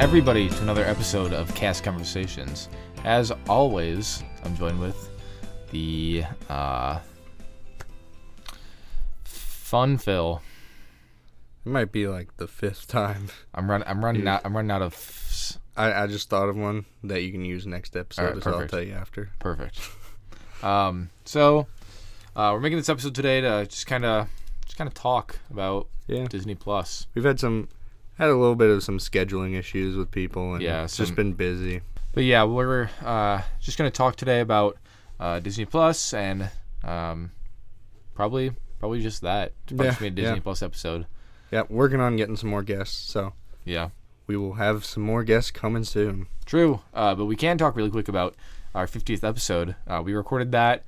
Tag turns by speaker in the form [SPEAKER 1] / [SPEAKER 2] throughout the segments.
[SPEAKER 1] everybody to another episode of Cast Conversations. As always, I'm joined with the uh, fun Phil.
[SPEAKER 2] It might be like the fifth time.
[SPEAKER 1] I'm run. I'm running out. I'm running out of. s-
[SPEAKER 2] I, I just thought of one that you can use next episode,
[SPEAKER 1] Alright,
[SPEAKER 2] so I'll
[SPEAKER 1] perfect.
[SPEAKER 2] tell you after.
[SPEAKER 1] Perfect. Um, so uh, we're making this episode today to just kind of just kind of talk about
[SPEAKER 2] Yeah,
[SPEAKER 1] Disney Plus.
[SPEAKER 2] we've had some, had a little bit of some scheduling issues with people, and
[SPEAKER 1] Yeah,
[SPEAKER 2] it's
[SPEAKER 1] some-
[SPEAKER 2] just been busy.
[SPEAKER 1] But yeah, we're uh, just gonna talk today about uh, Disney Plus and um, probably probably just that. It's Probably
[SPEAKER 2] Yeah,
[SPEAKER 1] just be a Disney
[SPEAKER 2] yeah.
[SPEAKER 1] Plus episode.
[SPEAKER 2] Yeah, working on getting some more guests, so
[SPEAKER 1] Yeah,
[SPEAKER 2] we will have some more guests coming soon.
[SPEAKER 1] true. Uh, but we can talk really quick about our 50th episode. Uh, we recorded that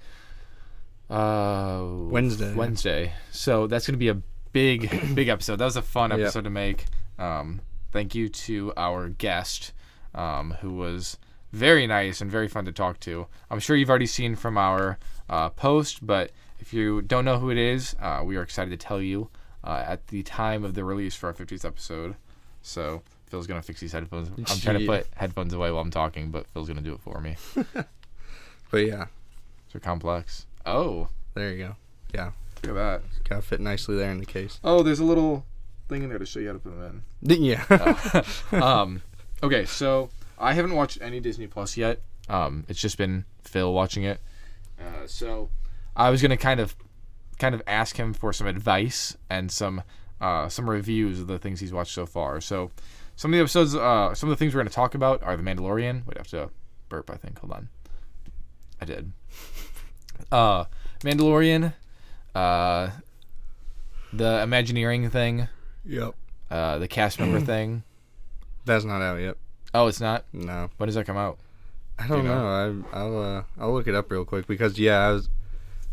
[SPEAKER 1] uh,
[SPEAKER 2] Wednesday.
[SPEAKER 1] Wednesday. So that's gonna be a big big episode. That was a fun
[SPEAKER 2] Yeah.
[SPEAKER 1] episode to make. Um, thank you to our guest, um, who was very nice and very fun to talk to. I'm sure you've already seen from our uh, post, but if you don't know who it is, uh, we are excited to tell you uh, at the time of the release for our 50th episode. So Phil's gonna fix these headphones. I'm trying to
[SPEAKER 2] Yeah.
[SPEAKER 1] put headphones away while I'm talking, but Phil's gonna do it for me.
[SPEAKER 2] But yeah,
[SPEAKER 1] They're complex. Oh,
[SPEAKER 2] there you go.
[SPEAKER 1] look at that.
[SPEAKER 2] Gotta fit nicely there in the case.
[SPEAKER 1] Oh, there's a little thing in there to show you how to put them in.
[SPEAKER 2] Yeah,
[SPEAKER 1] um, okay, so I haven't watched any Disney Plus yet. Um, it's just been Phil watching it. Uh, so I was gonna kind of, kind of ask him for some advice and some, uh, some reviews of the things he's watched so far. So some of the episodes, uh, some of the things we're gonna talk about are The Mandalorian. We'd have to burp, I think. Hold on, I did. Uh, Mandalorian, uh, the Imagineering thing,
[SPEAKER 2] yep.
[SPEAKER 1] uh, the cast member thing.
[SPEAKER 2] That's not out yet.
[SPEAKER 1] Oh, it's not.
[SPEAKER 2] No,
[SPEAKER 1] When does that come out?
[SPEAKER 2] I don't
[SPEAKER 1] you
[SPEAKER 2] know. I, I'll uh, I'll look it up real quick because yeah, I was,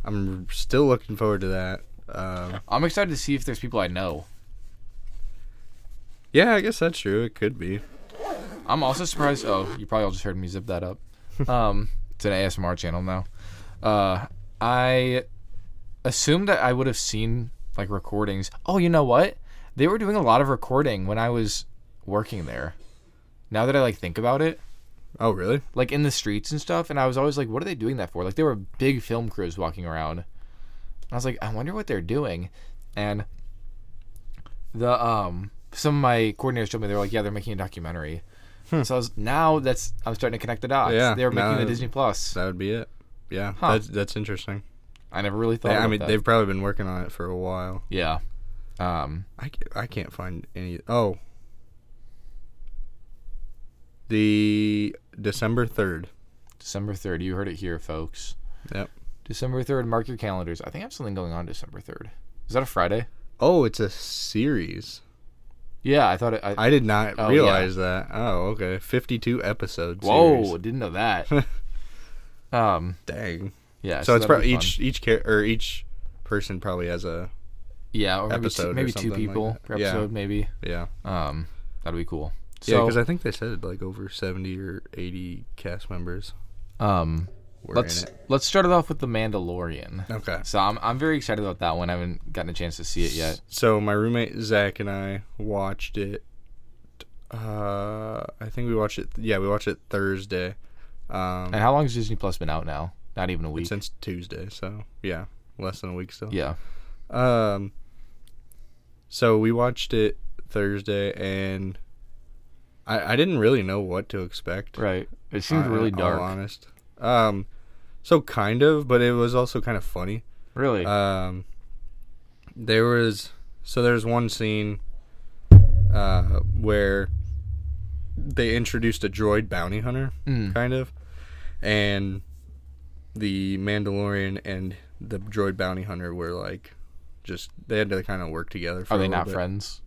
[SPEAKER 2] I'm still looking forward to that. Um,
[SPEAKER 1] I'm excited to see if there's people I know.
[SPEAKER 2] Yeah, I guess that's true. It could be.
[SPEAKER 1] I'm also surprised. Oh, you probably all just heard me zip that up. Um, it's an ASMR channel now. Uh, I assumed that I would have seen like recordings. Oh, you know what? They were doing a lot of recording when I was working there. Now that I like think about it,
[SPEAKER 2] Oh, really?
[SPEAKER 1] like in the streets and stuff, and I was always like, what are they doing that for? Like there were big film crews walking around. I was like, I wonder what they're doing. And the um some of my coordinators told me they were like, yeah, they're making a documentary. So I was now that's I'm starting to connect the dots.
[SPEAKER 2] Hmm. Yeah,
[SPEAKER 1] they were making
[SPEAKER 2] no.
[SPEAKER 1] the Disney Plus.
[SPEAKER 2] That would be it. Yeah,
[SPEAKER 1] Huh.
[SPEAKER 2] that's that's interesting.
[SPEAKER 1] I never really thought.
[SPEAKER 2] They- I
[SPEAKER 1] about
[SPEAKER 2] mean,
[SPEAKER 1] that.
[SPEAKER 2] they've probably been working on it for a while.
[SPEAKER 1] yeah. Um,
[SPEAKER 2] I, ca- I can't find any. Oh, the December third.
[SPEAKER 1] December third. You heard it here, folks.
[SPEAKER 2] Yep.
[SPEAKER 1] December third. Mark your calendars. I think I have something going on December third. Is that a Friday?
[SPEAKER 2] Oh, it's a series.
[SPEAKER 1] Yeah, I thought it. I,
[SPEAKER 2] I did not
[SPEAKER 1] Oh, yeah.
[SPEAKER 2] realize that. Oh, okay. Fifty-two episodes.
[SPEAKER 1] whoa, didn't know that. um,
[SPEAKER 2] Dang.
[SPEAKER 1] yeah.
[SPEAKER 2] So it's
[SPEAKER 1] that'll
[SPEAKER 2] probably
[SPEAKER 1] be fun.
[SPEAKER 2] each each char- or each person probably has a
[SPEAKER 1] Yeah, or maybe two,
[SPEAKER 2] episode or
[SPEAKER 1] maybe two
[SPEAKER 2] something like
[SPEAKER 1] people
[SPEAKER 2] that.
[SPEAKER 1] per
[SPEAKER 2] Yeah.
[SPEAKER 1] episode, maybe.
[SPEAKER 2] yeah
[SPEAKER 1] Um, that'd be cool.
[SPEAKER 2] Yeah, 'cause yeah
[SPEAKER 1] So,
[SPEAKER 2] because I think they said like over seventy or eighty cast members
[SPEAKER 1] um,
[SPEAKER 2] were
[SPEAKER 1] let's
[SPEAKER 2] in it.
[SPEAKER 1] let's start it off with the Mandalorian.
[SPEAKER 2] Okay.
[SPEAKER 1] So I'm I'm very excited about that one. I haven't gotten a chance to see it yet.
[SPEAKER 2] So my roommate Zach and I watched it. Uh, I think we watched it. Yeah, we watched it Thursday. Um,
[SPEAKER 1] And how long has Disney Plus been out now? Not even a week.
[SPEAKER 2] since Tuesday, so yeah, less than a week still.
[SPEAKER 1] yeah.
[SPEAKER 2] Um. So we watched it Thursday, and I I didn't really know what to expect.
[SPEAKER 1] Right. It seemed
[SPEAKER 2] uh,
[SPEAKER 1] really
[SPEAKER 2] in all
[SPEAKER 1] dark.
[SPEAKER 2] honest. Um, so kind of, but it was also kind of funny.
[SPEAKER 1] Really.
[SPEAKER 2] Um, there was so there's one scene uh, where they introduced a droid bounty hunter,
[SPEAKER 1] Mm.
[SPEAKER 2] kind of, and the Mandalorian and the droid bounty hunter were like, just they had to kind of work together. For
[SPEAKER 1] Are
[SPEAKER 2] a
[SPEAKER 1] they
[SPEAKER 2] little
[SPEAKER 1] not
[SPEAKER 2] bit.
[SPEAKER 1] friends?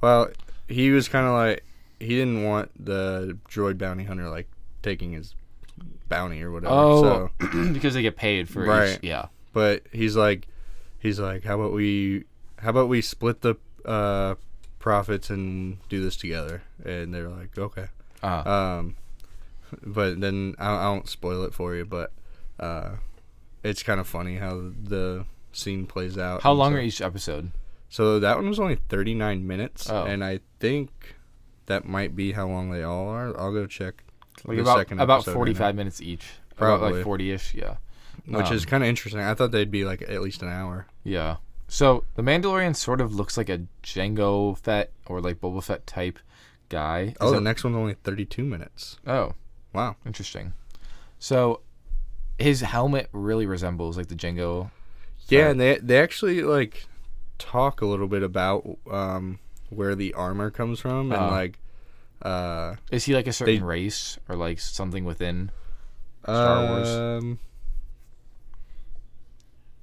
[SPEAKER 2] Well, he was kind of like he didn't want the droid bounty hunter like taking his bounty or whatever. so.
[SPEAKER 1] Oh, because they get paid for each.
[SPEAKER 2] Right.
[SPEAKER 1] Yeah.
[SPEAKER 2] but he's like he's like how about we how about we split the uh profits and do this together and they're like okay
[SPEAKER 1] Uh,
[SPEAKER 2] um but then i, I won't spoil it for you but uh it's kind of funny how the scene plays out
[SPEAKER 1] how
[SPEAKER 2] and
[SPEAKER 1] long
[SPEAKER 2] so,
[SPEAKER 1] are each episode?
[SPEAKER 2] so that one was only 39 minutes
[SPEAKER 1] Oh.
[SPEAKER 2] and i think that might be how long they all are. I'll go check.
[SPEAKER 1] Like
[SPEAKER 2] the
[SPEAKER 1] about
[SPEAKER 2] second
[SPEAKER 1] about
[SPEAKER 2] episode right
[SPEAKER 1] forty
[SPEAKER 2] now.
[SPEAKER 1] five minutes each. About
[SPEAKER 2] Probably.
[SPEAKER 1] like forty ish. Yeah.
[SPEAKER 2] which is
[SPEAKER 1] um,
[SPEAKER 2] kind of interesting. I thought they'd be like at least an hour.
[SPEAKER 1] Yeah. So the Mandalorian sort of looks like a Jango Fett or like Boba Fett type guy. Is
[SPEAKER 2] Oh, the
[SPEAKER 1] that-
[SPEAKER 2] next one's only 32 minutes.
[SPEAKER 1] oh,
[SPEAKER 2] Wow.
[SPEAKER 1] interesting. So his helmet really resembles like the Jango.
[SPEAKER 2] Yeah, and they they actually like talk a little bit about um where the armor comes from and
[SPEAKER 1] Uh.
[SPEAKER 2] like uh
[SPEAKER 1] Is he like a certain race or like something within? Star Wars.
[SPEAKER 2] Um,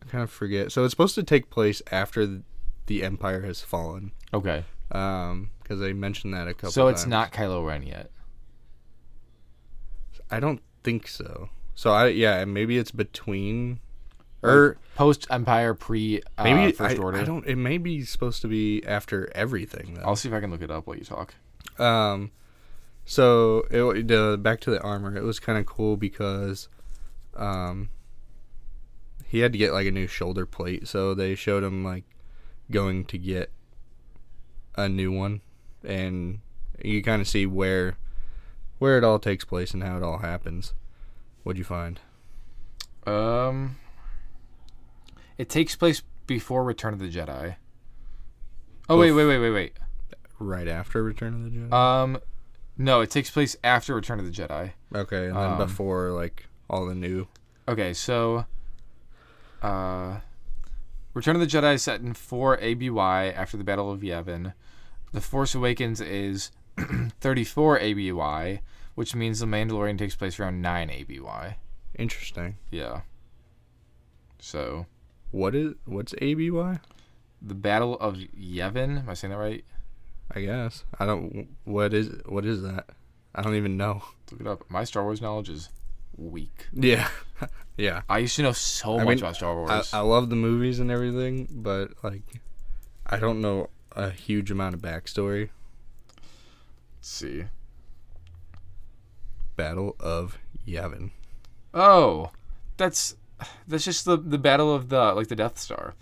[SPEAKER 2] I kind of forget. So it's supposed to take place after th- the Empire has fallen.
[SPEAKER 1] Okay.
[SPEAKER 2] Um, because they mentioned that a couple.
[SPEAKER 1] so it's
[SPEAKER 2] times.
[SPEAKER 1] not Kylo Ren yet.
[SPEAKER 2] I don't think so. So I yeah, and maybe it's between, or
[SPEAKER 1] Post Empire, pre uh,
[SPEAKER 2] maybe
[SPEAKER 1] First
[SPEAKER 2] I,
[SPEAKER 1] Order.
[SPEAKER 2] I don't. It may be supposed to be after everything though.
[SPEAKER 1] I'll see if I can look it up while you talk.
[SPEAKER 2] Um, so it wa- the back to the armor. It was kind of cool because, um, he had to get like a new shoulder plate. So they showed him like going to get a new one, and you kind of see where where it all takes place and how it all happens. What'd you find?
[SPEAKER 1] Um, it takes place before Return of the Jedi. Oh wait,
[SPEAKER 2] Bef-
[SPEAKER 1] wait, wait, wait, wait.
[SPEAKER 2] Right after Return of the Jedi.
[SPEAKER 1] Um, no, it takes place after Return of the Jedi.
[SPEAKER 2] okay, and then
[SPEAKER 1] um,
[SPEAKER 2] before like all the new.
[SPEAKER 1] Okay, so, uh, Return of the Jedi is set in four ABY after the Battle of Yavin. The Force Awakens is thirty-four ABY, which means the Mandalorian takes place around nine ABY.
[SPEAKER 2] Interesting.
[SPEAKER 1] Yeah. So
[SPEAKER 2] What is what's ABY?
[SPEAKER 1] the Battle of Yavin. Am I saying that right?
[SPEAKER 2] I guess. I don't. What is what is that? I don't even know.
[SPEAKER 1] Look it up. My Star Wars knowledge is weak.
[SPEAKER 2] Yeah, yeah.
[SPEAKER 1] I used to know so
[SPEAKER 2] I
[SPEAKER 1] much
[SPEAKER 2] mean,
[SPEAKER 1] about Star
[SPEAKER 2] I,
[SPEAKER 1] Wars.
[SPEAKER 2] I love the movies and everything, but like, I don't know a huge amount of backstory.
[SPEAKER 1] Let's see.
[SPEAKER 2] Battle of Yavin.
[SPEAKER 1] Oh, that's that's just the the battle of the like the Death Star.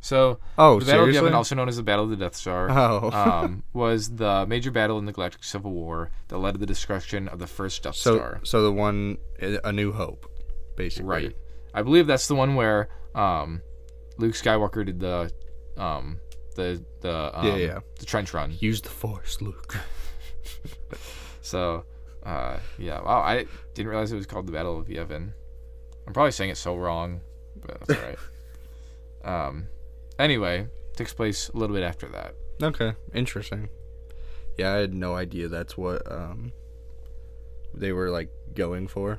[SPEAKER 1] So
[SPEAKER 2] Oh,
[SPEAKER 1] the Battle
[SPEAKER 2] seriously?
[SPEAKER 1] of Yavin, also known as the Battle of the Death Star,
[SPEAKER 2] oh,
[SPEAKER 1] um, was the major battle in the Galactic Civil War that led to the destruction of the first Death
[SPEAKER 2] so
[SPEAKER 1] Star.
[SPEAKER 2] so the one A New Hope, basically.
[SPEAKER 1] Right. I believe that's the one where um, Luke Skywalker did the um, the the um,
[SPEAKER 2] Yeah, yeah.
[SPEAKER 1] the trench run.
[SPEAKER 2] Use the Force, Luke.
[SPEAKER 1] So, uh, yeah. Wow, I didn't realize it was called the Battle of Yavin. I'm probably saying it so wrong, but that's all right. Um, anyway, takes place a little bit after that.
[SPEAKER 2] Okay, interesting. Yeah, I had no idea that's what um, they were like going for.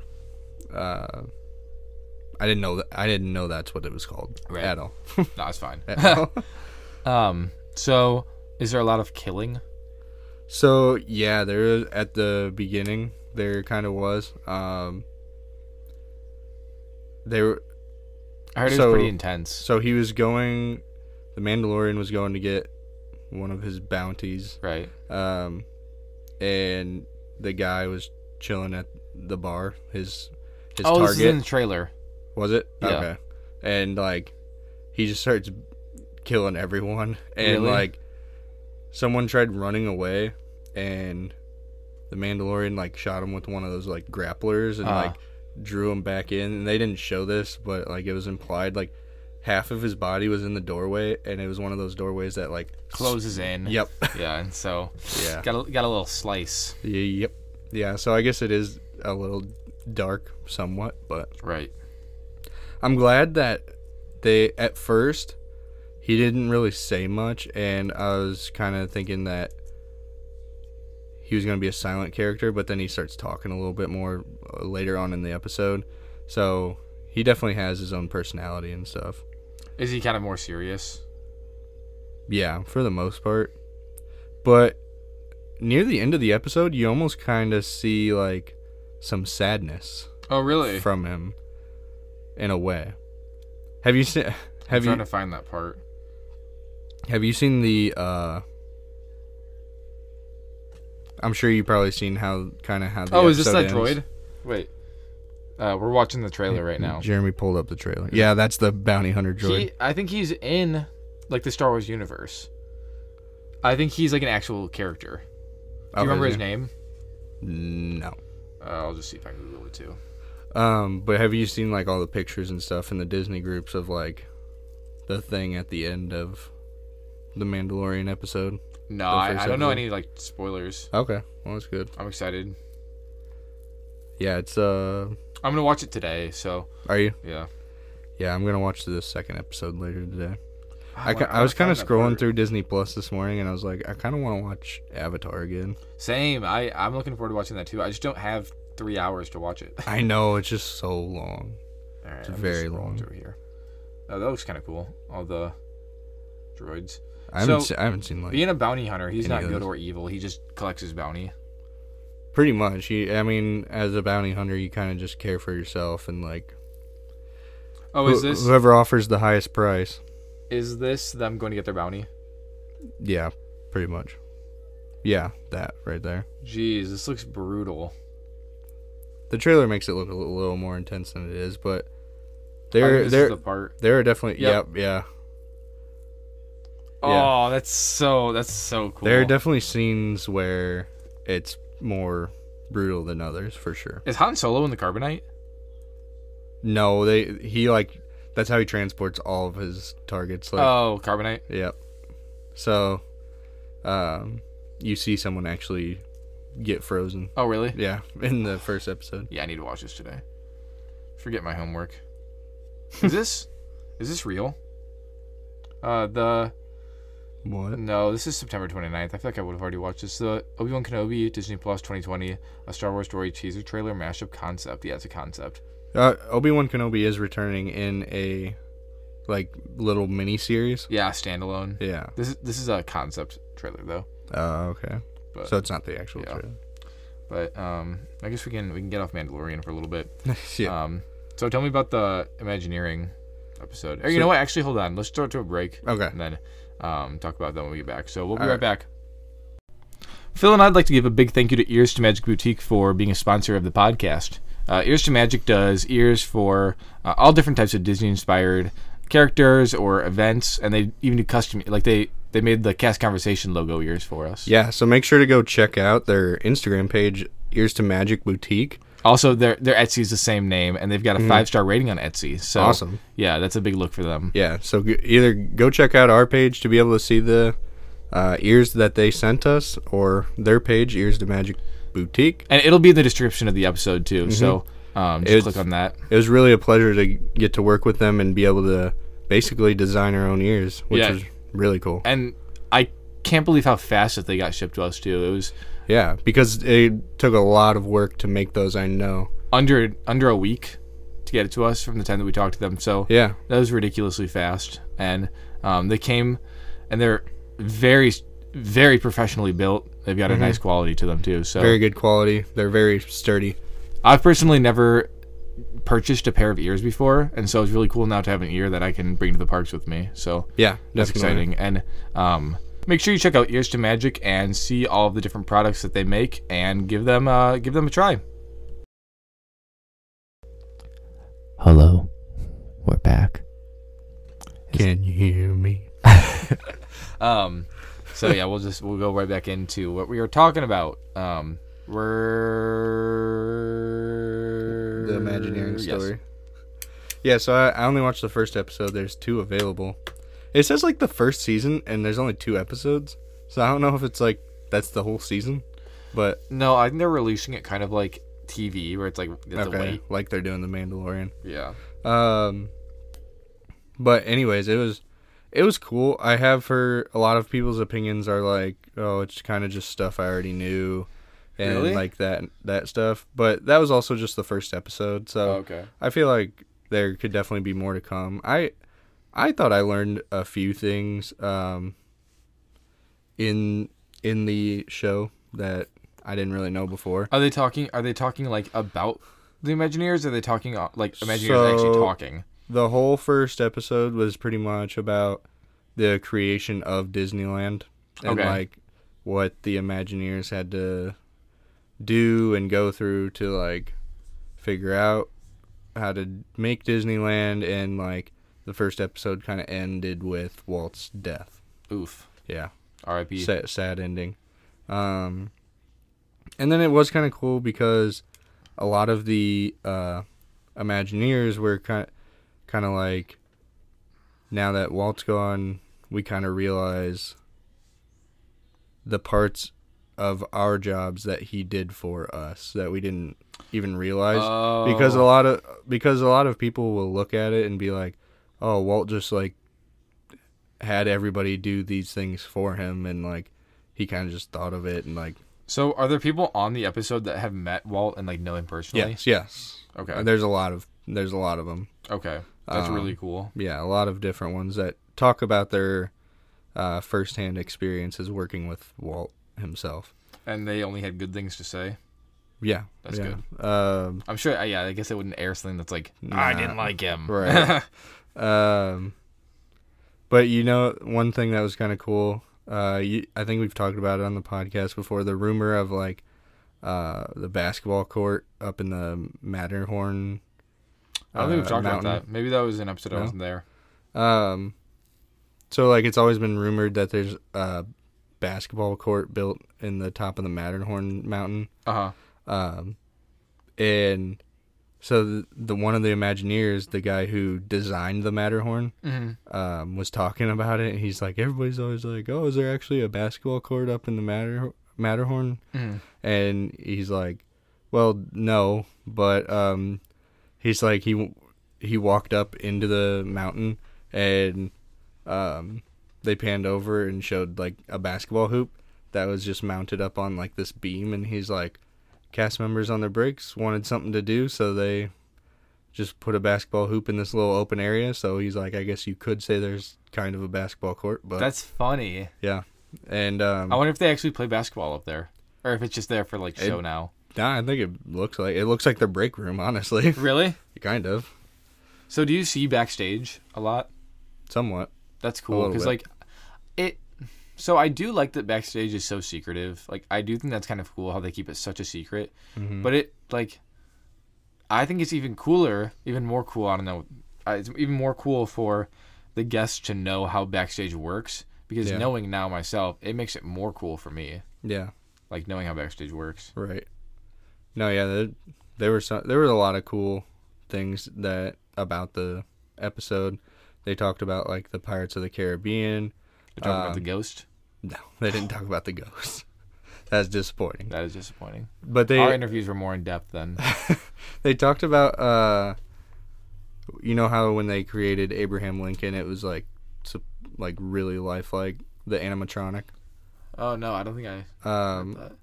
[SPEAKER 2] Uh, I didn't know that. I didn't know that's what it was called
[SPEAKER 1] Right.
[SPEAKER 2] at all.
[SPEAKER 1] No, it's fine.
[SPEAKER 2] At all.
[SPEAKER 1] Um, so is there a lot of killing?
[SPEAKER 2] so yeah, there is at the beginning there kind of was. Um, they were
[SPEAKER 1] I heard it
[SPEAKER 2] So-
[SPEAKER 1] was pretty intense.
[SPEAKER 2] so he was going. The Mandalorian was going to get one of his bounties
[SPEAKER 1] Right.
[SPEAKER 2] um, and the guy was chilling at the bar. His his
[SPEAKER 1] oh, this is
[SPEAKER 2] target
[SPEAKER 1] in the trailer.
[SPEAKER 2] was it?
[SPEAKER 1] Yeah.
[SPEAKER 2] Okay, and like he just starts killing everyone, and
[SPEAKER 1] Really?
[SPEAKER 2] like someone tried running away, and the Mandalorian like shot him with one of those like grapplers, and
[SPEAKER 1] Ah.
[SPEAKER 2] like drew him back in. And they didn't show this, but like it was implied like. Half of his body was in the doorway, and it was one of those doorways that like
[SPEAKER 1] Closes in.
[SPEAKER 2] Yep.
[SPEAKER 1] Yeah, and so
[SPEAKER 2] Yeah.
[SPEAKER 1] got a, got a little slice.
[SPEAKER 2] Yeah, Yep. Yeah, so I guess it is a little dark somewhat, but
[SPEAKER 1] Right.
[SPEAKER 2] I'm glad that they at first he didn't really say much and I was kind of thinking that he was going to be a silent character, but then he starts talking a little bit more uh, later on in the episode. So, he definitely has his own personality and stuff.
[SPEAKER 1] Is he kind of more serious?
[SPEAKER 2] Yeah, for the most part. But near the end of the episode, you almost kind of see like some sadness.
[SPEAKER 1] Oh, really?
[SPEAKER 2] from him in a way. Have you seen
[SPEAKER 1] I'm
[SPEAKER 2] have
[SPEAKER 1] trying to
[SPEAKER 2] you
[SPEAKER 1] find that part.
[SPEAKER 2] have you seen the uh I'm sure you probably seen how kind of how the
[SPEAKER 1] oh, is this that
[SPEAKER 2] episode ends.
[SPEAKER 1] droid? Wait. Uh, we're watching the trailer right now.
[SPEAKER 2] Jeremy pulled up the trailer. Yeah, that's the bounty hunter droid.
[SPEAKER 1] He, I think he's in like the Star Wars universe. I think he's like an actual character. Do you remember his name?
[SPEAKER 2] name? No.
[SPEAKER 1] Uh, I'll just see if I can Google it too.
[SPEAKER 2] Um, but have you seen like all the pictures and stuff in the Disney groups of like the thing at the end of the Mandalorian episode?
[SPEAKER 1] No,
[SPEAKER 2] The
[SPEAKER 1] I,
[SPEAKER 2] first
[SPEAKER 1] I don't know
[SPEAKER 2] episode?
[SPEAKER 1] any like spoilers.
[SPEAKER 2] Okay, well that's good.
[SPEAKER 1] I'm excited.
[SPEAKER 2] Yeah, it's uh,
[SPEAKER 1] I'm gonna watch it today. So
[SPEAKER 2] are you?
[SPEAKER 1] yeah,
[SPEAKER 2] Yeah, I'm gonna watch the second episode later today. I,
[SPEAKER 1] wanna-
[SPEAKER 2] ca- I was kind
[SPEAKER 1] wanna find
[SPEAKER 2] of
[SPEAKER 1] that
[SPEAKER 2] scrolling
[SPEAKER 1] part.
[SPEAKER 2] through Disney Plus this morning, and I was like, I kind of want to watch Avatar again.
[SPEAKER 1] Same. I I'm looking forward to watching that too. I just don't have three hours to watch it.
[SPEAKER 2] I know it's just so long.
[SPEAKER 1] All right,
[SPEAKER 2] It's
[SPEAKER 1] I'm just
[SPEAKER 2] very
[SPEAKER 1] scrolling
[SPEAKER 2] long.
[SPEAKER 1] through here. Oh, that looks kind of cool. All the droids.
[SPEAKER 2] I haven't,
[SPEAKER 1] So-
[SPEAKER 2] se- I haven't seen like
[SPEAKER 1] Being a bounty hunter, he's
[SPEAKER 2] Any
[SPEAKER 1] not
[SPEAKER 2] of
[SPEAKER 1] good
[SPEAKER 2] those?
[SPEAKER 1] or evil. He just collects his bounty.
[SPEAKER 2] pretty much. He, I mean, as a bounty hunter, you kind of just care for yourself and like
[SPEAKER 1] Oh, is
[SPEAKER 2] who-
[SPEAKER 1] this
[SPEAKER 2] whoever offers the highest price.
[SPEAKER 1] is this them going to get their bounty?
[SPEAKER 2] Yeah, pretty much. Yeah, that right there.
[SPEAKER 1] Jeez, this looks brutal.
[SPEAKER 2] The trailer makes it look a little, little more intense than it is, but
[SPEAKER 1] I think
[SPEAKER 2] there,
[SPEAKER 1] this
[SPEAKER 2] there,
[SPEAKER 1] is the part.
[SPEAKER 2] there are definitely.
[SPEAKER 1] Yep.
[SPEAKER 2] Yep, yeah. Yeah.
[SPEAKER 1] Oh, that's so that's so cool.
[SPEAKER 2] There are definitely scenes where it's more brutal than others for sure.
[SPEAKER 1] is Han Solo in the carbonite?
[SPEAKER 2] No, they he like that's how he transports all of his targets. Like,
[SPEAKER 1] oh, carbonite.
[SPEAKER 2] yep. So, um, you see someone actually get frozen.
[SPEAKER 1] Oh, really?
[SPEAKER 2] Yeah, in the first episode.
[SPEAKER 1] Yeah, I need to watch this today. Forget my homework. Is this is this real? Uh the
[SPEAKER 2] What?
[SPEAKER 1] no, this is September 29th. I feel like I would have already watched this. The Obi-Wan Kenobi Disney Plus 2020, a Star Wars story teaser trailer mashup concept. Yeah, it's a concept.
[SPEAKER 2] Uh, Obi Wan Kenobi is returning in a like little mini series.
[SPEAKER 1] Yeah, standalone.
[SPEAKER 2] Yeah.
[SPEAKER 1] This is this is a concept trailer though.
[SPEAKER 2] Oh, okay.
[SPEAKER 1] But-
[SPEAKER 2] so it's not the actual
[SPEAKER 1] yeah.
[SPEAKER 2] trailer.
[SPEAKER 1] But um I guess we can we can get off Mandalorian for a little bit.
[SPEAKER 2] yeah.
[SPEAKER 1] Um so tell me about the Imagineering episode. Or you
[SPEAKER 2] So-
[SPEAKER 1] know what? Actually, hold on. Let's start to a break.
[SPEAKER 2] okay.
[SPEAKER 1] and then um, talk about that when we get back. So we'll be
[SPEAKER 2] All
[SPEAKER 1] right,
[SPEAKER 2] right.
[SPEAKER 1] back. Phil and I'd like to give a big thank you to Ears to Magic Boutique for being a sponsor of the podcast. Uh, Ears to Magic does ears for uh, all different types of Disney-inspired characters or events, and they even do custom like they they made the Cast Conversation logo ears for us.
[SPEAKER 2] Yeah, so make sure to go check out their Instagram page, Ears to Magic Boutique.
[SPEAKER 1] Also, their their Etsy is the same name, and they've got a five star rating on Etsy. So
[SPEAKER 2] Mm-hmm. Awesome.
[SPEAKER 1] Yeah, that's a big look for them.
[SPEAKER 2] Yeah, so g- either go check out our page to be able to see the uh, ears that they sent us, or their page, Ears to Magic Boutique.
[SPEAKER 1] And it'll be in the description of the episode too. So um, just
[SPEAKER 2] Mm-hmm. It's-
[SPEAKER 1] click on that.
[SPEAKER 2] It was really a pleasure to get to work with them and be able to basically design our own ears, which
[SPEAKER 1] Yeah.
[SPEAKER 2] was really cool.
[SPEAKER 1] and I can't believe how fast that they got shipped to us too. It was
[SPEAKER 2] Yeah, because it took a lot of work to make those, I know.
[SPEAKER 1] under under a week to get it to us from the time that we talked to them. So
[SPEAKER 2] Yeah,
[SPEAKER 1] that was ridiculously fast, and um, they came, and they're very very professionally built. They've got a nice quality to them too. So
[SPEAKER 2] Mm-hmm. very good quality. They're very sturdy.
[SPEAKER 1] I've personally never purchased a pair of ears before, and so it's really cool now to have an ear that I can bring to the parks with me. So
[SPEAKER 2] Yeah,
[SPEAKER 1] That's
[SPEAKER 2] definitely.
[SPEAKER 1] exciting. And um, make sure you check out Ears to Magic and see all of the different products that they make and give them uh, give them a try.
[SPEAKER 3] Hello. We're back.
[SPEAKER 2] Can you hear me?
[SPEAKER 1] Um, so yeah, we'll just we'll go right back into what we were talking about. Um, we're
[SPEAKER 2] the Imagineering
[SPEAKER 1] Mm, Yes.
[SPEAKER 2] story. Yeah, so I, I only watched the first episode. There's two available. It says like the first season, and there's only two episodes. So I don't know if it's like that's the whole season, but
[SPEAKER 1] No, I think they're releasing it kind of like TV, where it's like it's a
[SPEAKER 2] okay,
[SPEAKER 1] wait.
[SPEAKER 2] like they're doing the Mandalorian.
[SPEAKER 1] Yeah.
[SPEAKER 2] Um, but anyways, it was it was cool. I have heard a lot of people's opinions are like, oh, it's kind of just stuff I already knew, and
[SPEAKER 1] Really?
[SPEAKER 2] like that that stuff. But that was also just the first episode, so
[SPEAKER 1] okay.
[SPEAKER 2] I feel like there could definitely be more to come. I I thought I learned a few things um, in in the show that I didn't really know before.
[SPEAKER 1] Are they talking? Are they talking like about the Imagineers? Are they talking uh, like Imagineers are actually
[SPEAKER 2] So-
[SPEAKER 1] talking?
[SPEAKER 2] The whole first episode was pretty much about the creation of Disneyland and
[SPEAKER 1] Okay.
[SPEAKER 2] like what the Imagineers had to do and go through to like figure out how to make Disneyland and like the first episode kind of ended with Walt's death.
[SPEAKER 1] Oof.
[SPEAKER 2] Yeah.
[SPEAKER 1] R.I.P.
[SPEAKER 2] Sad, sad ending. Um, and then it was kind of cool because a lot of the uh, Imagineers were kind of, kind of like, now that Walt's gone, we kind of realize the parts of our jobs that he did for us that we didn't even realize because a
[SPEAKER 1] Oh.
[SPEAKER 2] lot of because a lot of people will look at it and be like, "Oh, Walt just like had everybody do these things for him and like he kind of just thought of it and like
[SPEAKER 1] So are there people on the episode that have met Walt and like know him personally?
[SPEAKER 2] yes, yes.
[SPEAKER 1] Okay.
[SPEAKER 2] There's a lot of there's a lot of them.
[SPEAKER 1] Okay. That's
[SPEAKER 2] Um,
[SPEAKER 1] really cool.
[SPEAKER 2] Yeah, a lot of different ones that talk about their uh, firsthand experiences working with Walt himself.
[SPEAKER 1] And they only had good things to say.
[SPEAKER 2] Yeah,
[SPEAKER 1] That's
[SPEAKER 2] yeah. good. Um,
[SPEAKER 1] I'm sure. uh, Yeah, I guess they wouldn't air something that's like I didn't
[SPEAKER 2] Nah.
[SPEAKER 1] like him.
[SPEAKER 2] Right. Um, but you know, one thing that was kind of cool. Uh, you, I think we've talked about it on the podcast before. The rumor of like uh, the basketball court up in the Matterhorn.
[SPEAKER 1] I don't think
[SPEAKER 2] uh,
[SPEAKER 1] we've talked
[SPEAKER 2] mountain.
[SPEAKER 1] about that. Maybe that was an episode I
[SPEAKER 2] No?
[SPEAKER 1] wasn't there.
[SPEAKER 2] Um, so like it's always been rumored that there's a basketball court built in the top of the Matterhorn mountain.
[SPEAKER 1] Uh huh.
[SPEAKER 2] Um, and so the, the one of the Imagineers, the guy who designed the Matterhorn,
[SPEAKER 1] hmm
[SPEAKER 2] um, was talking about it, and he's like, everybody's always like, oh, is there actually a basketball court up in the Matter Matterhorn?
[SPEAKER 1] hmm
[SPEAKER 2] And he's like, well, no, but um, he's like, he he walked up into the mountain, and um, they panned over and showed like a basketball hoop that was just mounted up on like this beam, and he's like, cast members on their breaks wanted something to do, so they just put a basketball hoop in this little open area. So he's like, I guess you could say there's kind of a basketball court, but
[SPEAKER 1] That's funny.
[SPEAKER 2] yeah. And um,
[SPEAKER 1] I wonder if they actually play basketball up there, or if it's just there for like
[SPEAKER 2] It-
[SPEAKER 1] show now.
[SPEAKER 2] nah, I think it looks like it looks like their break room, honestly,
[SPEAKER 1] Really?
[SPEAKER 2] kind of,
[SPEAKER 1] So do you see backstage a lot?
[SPEAKER 2] somewhat.
[SPEAKER 1] That's
[SPEAKER 2] A
[SPEAKER 1] cool
[SPEAKER 2] little
[SPEAKER 1] because
[SPEAKER 2] bit.
[SPEAKER 1] like it. So I do like that backstage is so secretive. Like I do think that's kind of cool how they keep it such a secret.
[SPEAKER 2] Mhm.
[SPEAKER 1] But it like, I think it's even cooler, even more cool. I don't know. I- It's even more cool for the guests to know how backstage works because
[SPEAKER 2] Yeah.
[SPEAKER 1] knowing now myself, it makes it more cool for me.
[SPEAKER 2] Yeah,
[SPEAKER 1] Like knowing how backstage works.
[SPEAKER 2] right. No, yeah, there, there were some, there were a lot of cool things that about the episode. They talked about like the Pirates of the Caribbean.
[SPEAKER 1] They're talking about the
[SPEAKER 2] Um,
[SPEAKER 1] ghost.
[SPEAKER 2] No, they didn't talk about the ghosts. That's disappointing.
[SPEAKER 1] That is disappointing.
[SPEAKER 2] But they
[SPEAKER 1] Our interviews were more in depth then.
[SPEAKER 2] they talked about uh you know how when they created Abraham Lincoln it was like sup- like really lifelike the animatronic
[SPEAKER 1] oh no, I don't think I.
[SPEAKER 2] um
[SPEAKER 1] But-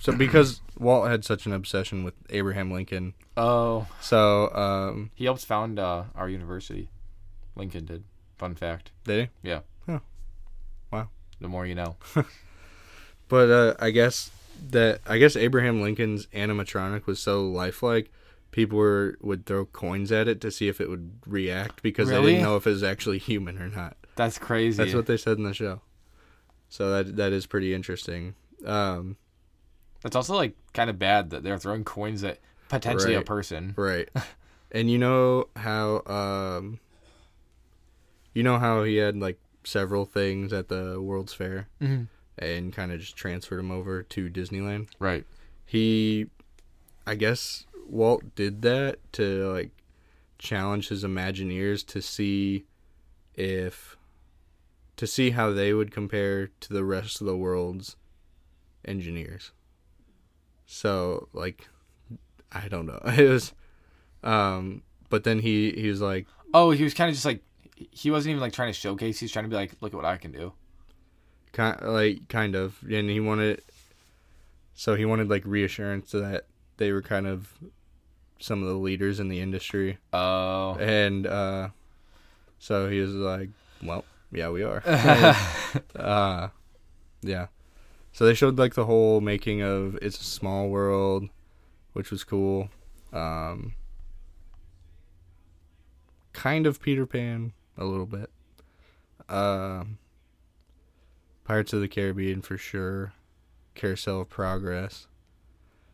[SPEAKER 2] so because Walt had such an obsession with Abraham Lincoln
[SPEAKER 1] Oh,
[SPEAKER 2] so um
[SPEAKER 1] he helped found uh, our university. Lincoln did. Fun fact.
[SPEAKER 2] they
[SPEAKER 1] Yeah.
[SPEAKER 2] Huh. Wow.
[SPEAKER 1] The more you know.
[SPEAKER 2] but uh I guess that I guess Abraham Lincoln's animatronic was so lifelike people were would throw coins at it to see if it would react because they
[SPEAKER 1] Really?
[SPEAKER 2] didn't know if it was actually human or not
[SPEAKER 1] That's crazy.
[SPEAKER 2] That's what they said in the show. So that that is pretty interesting. Um,
[SPEAKER 1] That's also like kind of bad that they're throwing coins at potentially a
[SPEAKER 2] Right.
[SPEAKER 1] person.
[SPEAKER 2] right. and you know how um, you know how he had like several things at the World's Fair
[SPEAKER 1] Mhm.
[SPEAKER 2] and kind of just transferred him over to Disneyland.
[SPEAKER 1] Right.
[SPEAKER 2] He I guess Walt did that to like challenge his imagineers to see if to see how they would compare to the rest of the world's engineers. So like I don't know. It was um but then he he was like
[SPEAKER 1] Oh, he was kind of just like he wasn't even like trying to showcase. He's trying to be like, look at what I can do.
[SPEAKER 2] kind like kind of and he wanted so he wanted like reassurance that they were kind of some of the leaders in the industry
[SPEAKER 1] Oh.
[SPEAKER 2] and uh so he was like well yeah we are uh yeah so they showed like the whole making of it's a small world which was cool um kind of peter pan a little bit um pirates of the caribbean for sure carousel of progress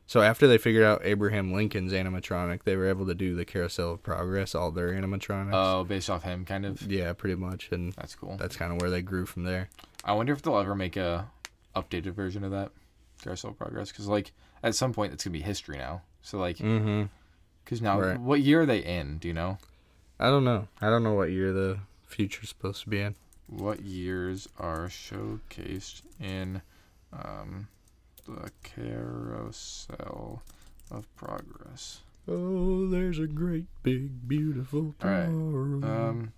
[SPEAKER 2] so after they figured out Abraham Lincoln's animatronic, they were able to do the Carousel of Progress, all their animatronics.
[SPEAKER 1] Oh, based off him, kind of.
[SPEAKER 2] yeah, pretty much, and
[SPEAKER 1] That's cool.
[SPEAKER 2] that's kind of where they grew from there.
[SPEAKER 1] I wonder if they'll ever make a updated version of that. Carousel of Progress because like at some point it's gonna be history now. So like
[SPEAKER 2] Mm-hmm.
[SPEAKER 1] because now
[SPEAKER 2] Right.
[SPEAKER 1] what year are they in? Do you know
[SPEAKER 2] I don't know. I don't know what year the future's supposed to be in.
[SPEAKER 1] what years are showcased in um, the Carousel of Progress?
[SPEAKER 2] Oh, there's a great big beautiful
[SPEAKER 1] All right.
[SPEAKER 2] tomorrow
[SPEAKER 1] Um,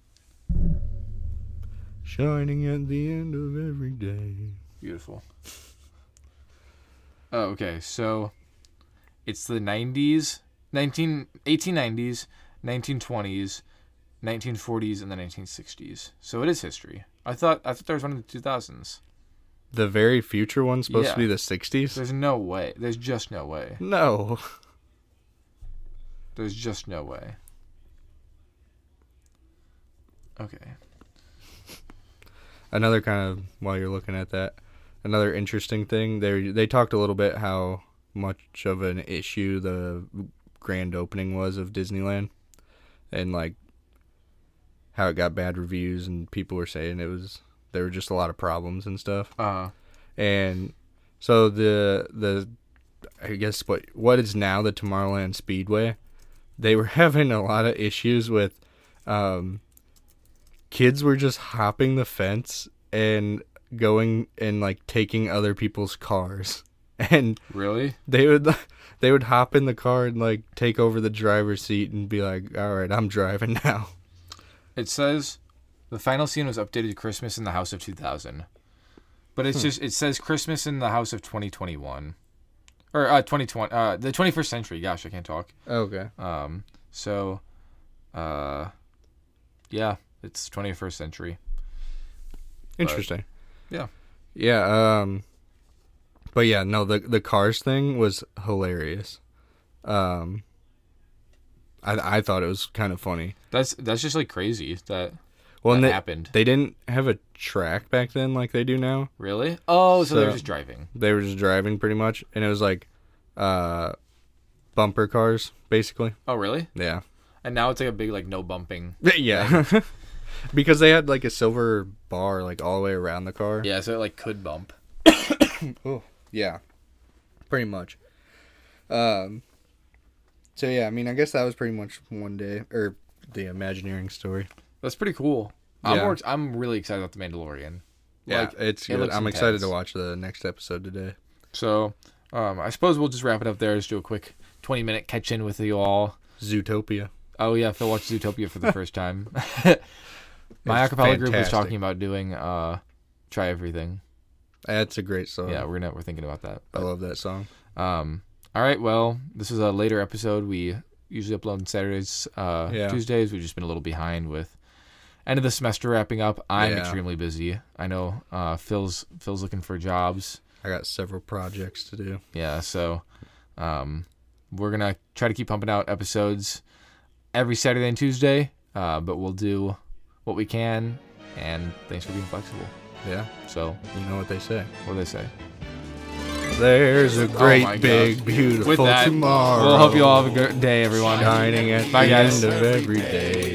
[SPEAKER 2] shining at the end of every day.
[SPEAKER 1] beautiful. Oh, okay. So it's the 90s, 19, 1890s, 1920s, 1940s, and the 1960s. So it is history. I thought I thought there was one in the 2000s.
[SPEAKER 2] The very future one's supposed
[SPEAKER 1] Yeah.
[SPEAKER 2] to be the 60s?
[SPEAKER 1] There's no way. There's just no way.
[SPEAKER 2] No.
[SPEAKER 1] There's just no way. Okay.
[SPEAKER 2] Another kind of while you're looking at that, another interesting thing. They they talked a little bit how much of an issue the grand opening was of Disneyland, and like how it got bad reviews and people were saying it was there were just a lot of problems and stuff.
[SPEAKER 1] Uh
[SPEAKER 2] and so the the I guess what what is now the Tomorrowland Speedway, they were having a lot of issues with um, kids were just hopping the fence and going and like taking other people's cars and
[SPEAKER 1] really?
[SPEAKER 2] they would they would hop in the car and like take over the driver's seat and be like all right i'm driving now
[SPEAKER 1] It says the final scene was updated to Christmas in the House of 2000. But
[SPEAKER 2] Hmm.
[SPEAKER 1] it's just it says Christmas in the House of 2021 or uh 2020 uh the 21st century. Gosh, I can't talk.
[SPEAKER 2] okay
[SPEAKER 1] Um so uh yeah, it's 21st century.
[SPEAKER 2] Interesting.
[SPEAKER 1] yeah.
[SPEAKER 2] Yeah. Um. But yeah, no. The the cars thing was hilarious. Um. I I thought it was kind of funny.
[SPEAKER 1] That's that's just like crazy that
[SPEAKER 2] Well, and
[SPEAKER 1] that
[SPEAKER 2] they,
[SPEAKER 1] happened.
[SPEAKER 2] they didn't have a track back then like they do now.
[SPEAKER 1] Really? Oh, so, they're
[SPEAKER 2] So-
[SPEAKER 1] just driving.
[SPEAKER 2] They were just driving pretty much, and it was like, uh, bumper cars basically.
[SPEAKER 1] Oh, really?
[SPEAKER 2] Yeah.
[SPEAKER 1] And now it's like a big like no bumping.
[SPEAKER 2] Yeah. because they had like a silver bar like all the way around the car.
[SPEAKER 1] Yeah, so it like could bump.
[SPEAKER 2] Yeah, pretty much. Um. So yeah, I mean, I guess that was pretty much one day or the Imagineering story.
[SPEAKER 1] That's pretty cool. I'm
[SPEAKER 2] Yeah.
[SPEAKER 1] more, I'm really excited about the Mandalorian. Like,
[SPEAKER 2] it's
[SPEAKER 1] it
[SPEAKER 2] good.
[SPEAKER 1] looks
[SPEAKER 2] I'm excited to
[SPEAKER 1] intense.
[SPEAKER 2] watch the next episode today.
[SPEAKER 1] So, um, I suppose we'll just wrap it up there. Just do a quick 20 minute catch in with you all.
[SPEAKER 2] Zootopia.
[SPEAKER 1] Oh, yeah, Phil watched Zootopia for the first time. My
[SPEAKER 2] It's
[SPEAKER 1] acapella group was
[SPEAKER 2] fantastic.
[SPEAKER 1] talking about doing uh, Try Everything.
[SPEAKER 2] That's a great song.
[SPEAKER 1] yeah, we're, gonna, we're thinking about that.
[SPEAKER 2] I love that song.
[SPEAKER 1] Um, all right, well, this is a later episode. We usually upload on Saturdays, uh,
[SPEAKER 2] Yeah.
[SPEAKER 1] Tuesdays. We've just been a little behind with end of the semester wrapping up. I'm
[SPEAKER 2] Yeah.
[SPEAKER 1] extremely busy. I know uh, Phil's Phil's looking for jobs.
[SPEAKER 2] I got several projects to do.
[SPEAKER 1] Yeah, so um, we're gonna try to keep pumping out episodes every Saturday and Tuesday, uh, but we'll do what we can. And thanks for being flexible.
[SPEAKER 2] Yeah,
[SPEAKER 1] So,
[SPEAKER 2] you know what they say.
[SPEAKER 1] what do they say?
[SPEAKER 2] There's a
[SPEAKER 1] great Oh my God. big,
[SPEAKER 2] beautiful
[SPEAKER 1] With that, we'll hope you all have a good day, everyone.
[SPEAKER 2] shining at
[SPEAKER 1] Bye,
[SPEAKER 2] the
[SPEAKER 1] guys.
[SPEAKER 2] end of every day.